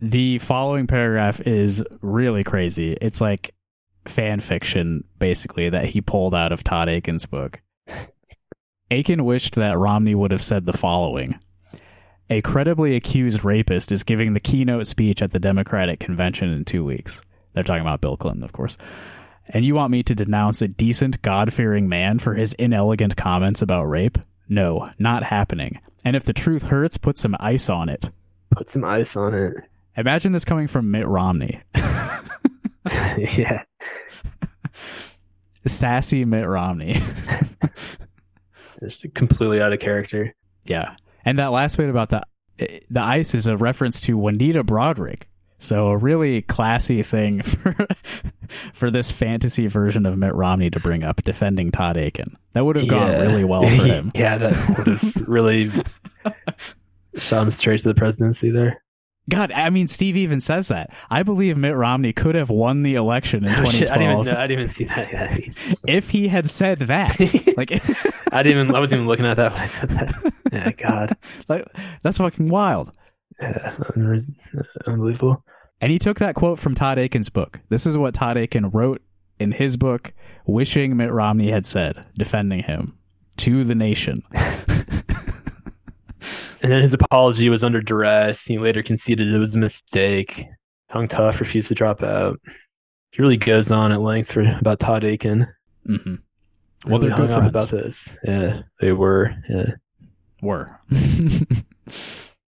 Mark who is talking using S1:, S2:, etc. S1: The following paragraph is really crazy. It's like fan fiction, basically, that he pulled out of Todd Aiken's book. Aiken wished that Romney would have said the following A credibly accused rapist is giving the keynote speech at the Democratic convention in two weeks. They're talking about Bill Clinton, of course. And you want me to denounce a decent, God fearing man for his inelegant comments about rape? No, not happening. And if the truth hurts, put some ice on it.
S2: Put some ice on it.
S1: Imagine this coming from Mitt Romney.
S2: yeah.
S1: Sassy Mitt Romney.
S2: Just completely out of character.
S1: yeah. And that last bit about the the ice is a reference to Juanita Broderick. So a really classy thing for for this fantasy version of Mitt Romney to bring up defending Todd Aiken. That would have gone
S2: Yeah.
S1: really well for him.
S2: yeah, that would have really shot him straight to the presidency there.
S1: God, I mean Steve even says that. I believe Mitt Romney could have won the election in
S2: Oh, shit, I didn't even
S1: 2012
S2: know. I didn't even see that. Yeah, he's-
S1: if he had said that. like
S2: I didn't even. I wasn't even looking at that when I said that. Yeah, God,
S1: Like that's fucking wild.
S2: yeah, unre- unbelievable.
S1: And he took that quote from Todd Aiken's book. This is what Todd Aiken wrote in his book, wishing Mitt Romney had said, defending him to the nation.
S2: And then his apology was under duress. He later conceded it was a mistake. Hung tough, refused to drop out. He really goes on at length for, about Todd Aiken.
S1: hmm Well,
S2: Mm-hmm. Really
S1: they're good
S2: hung up
S1: friends.
S2: about this. Yeah, they were. Yeah.
S1: Were.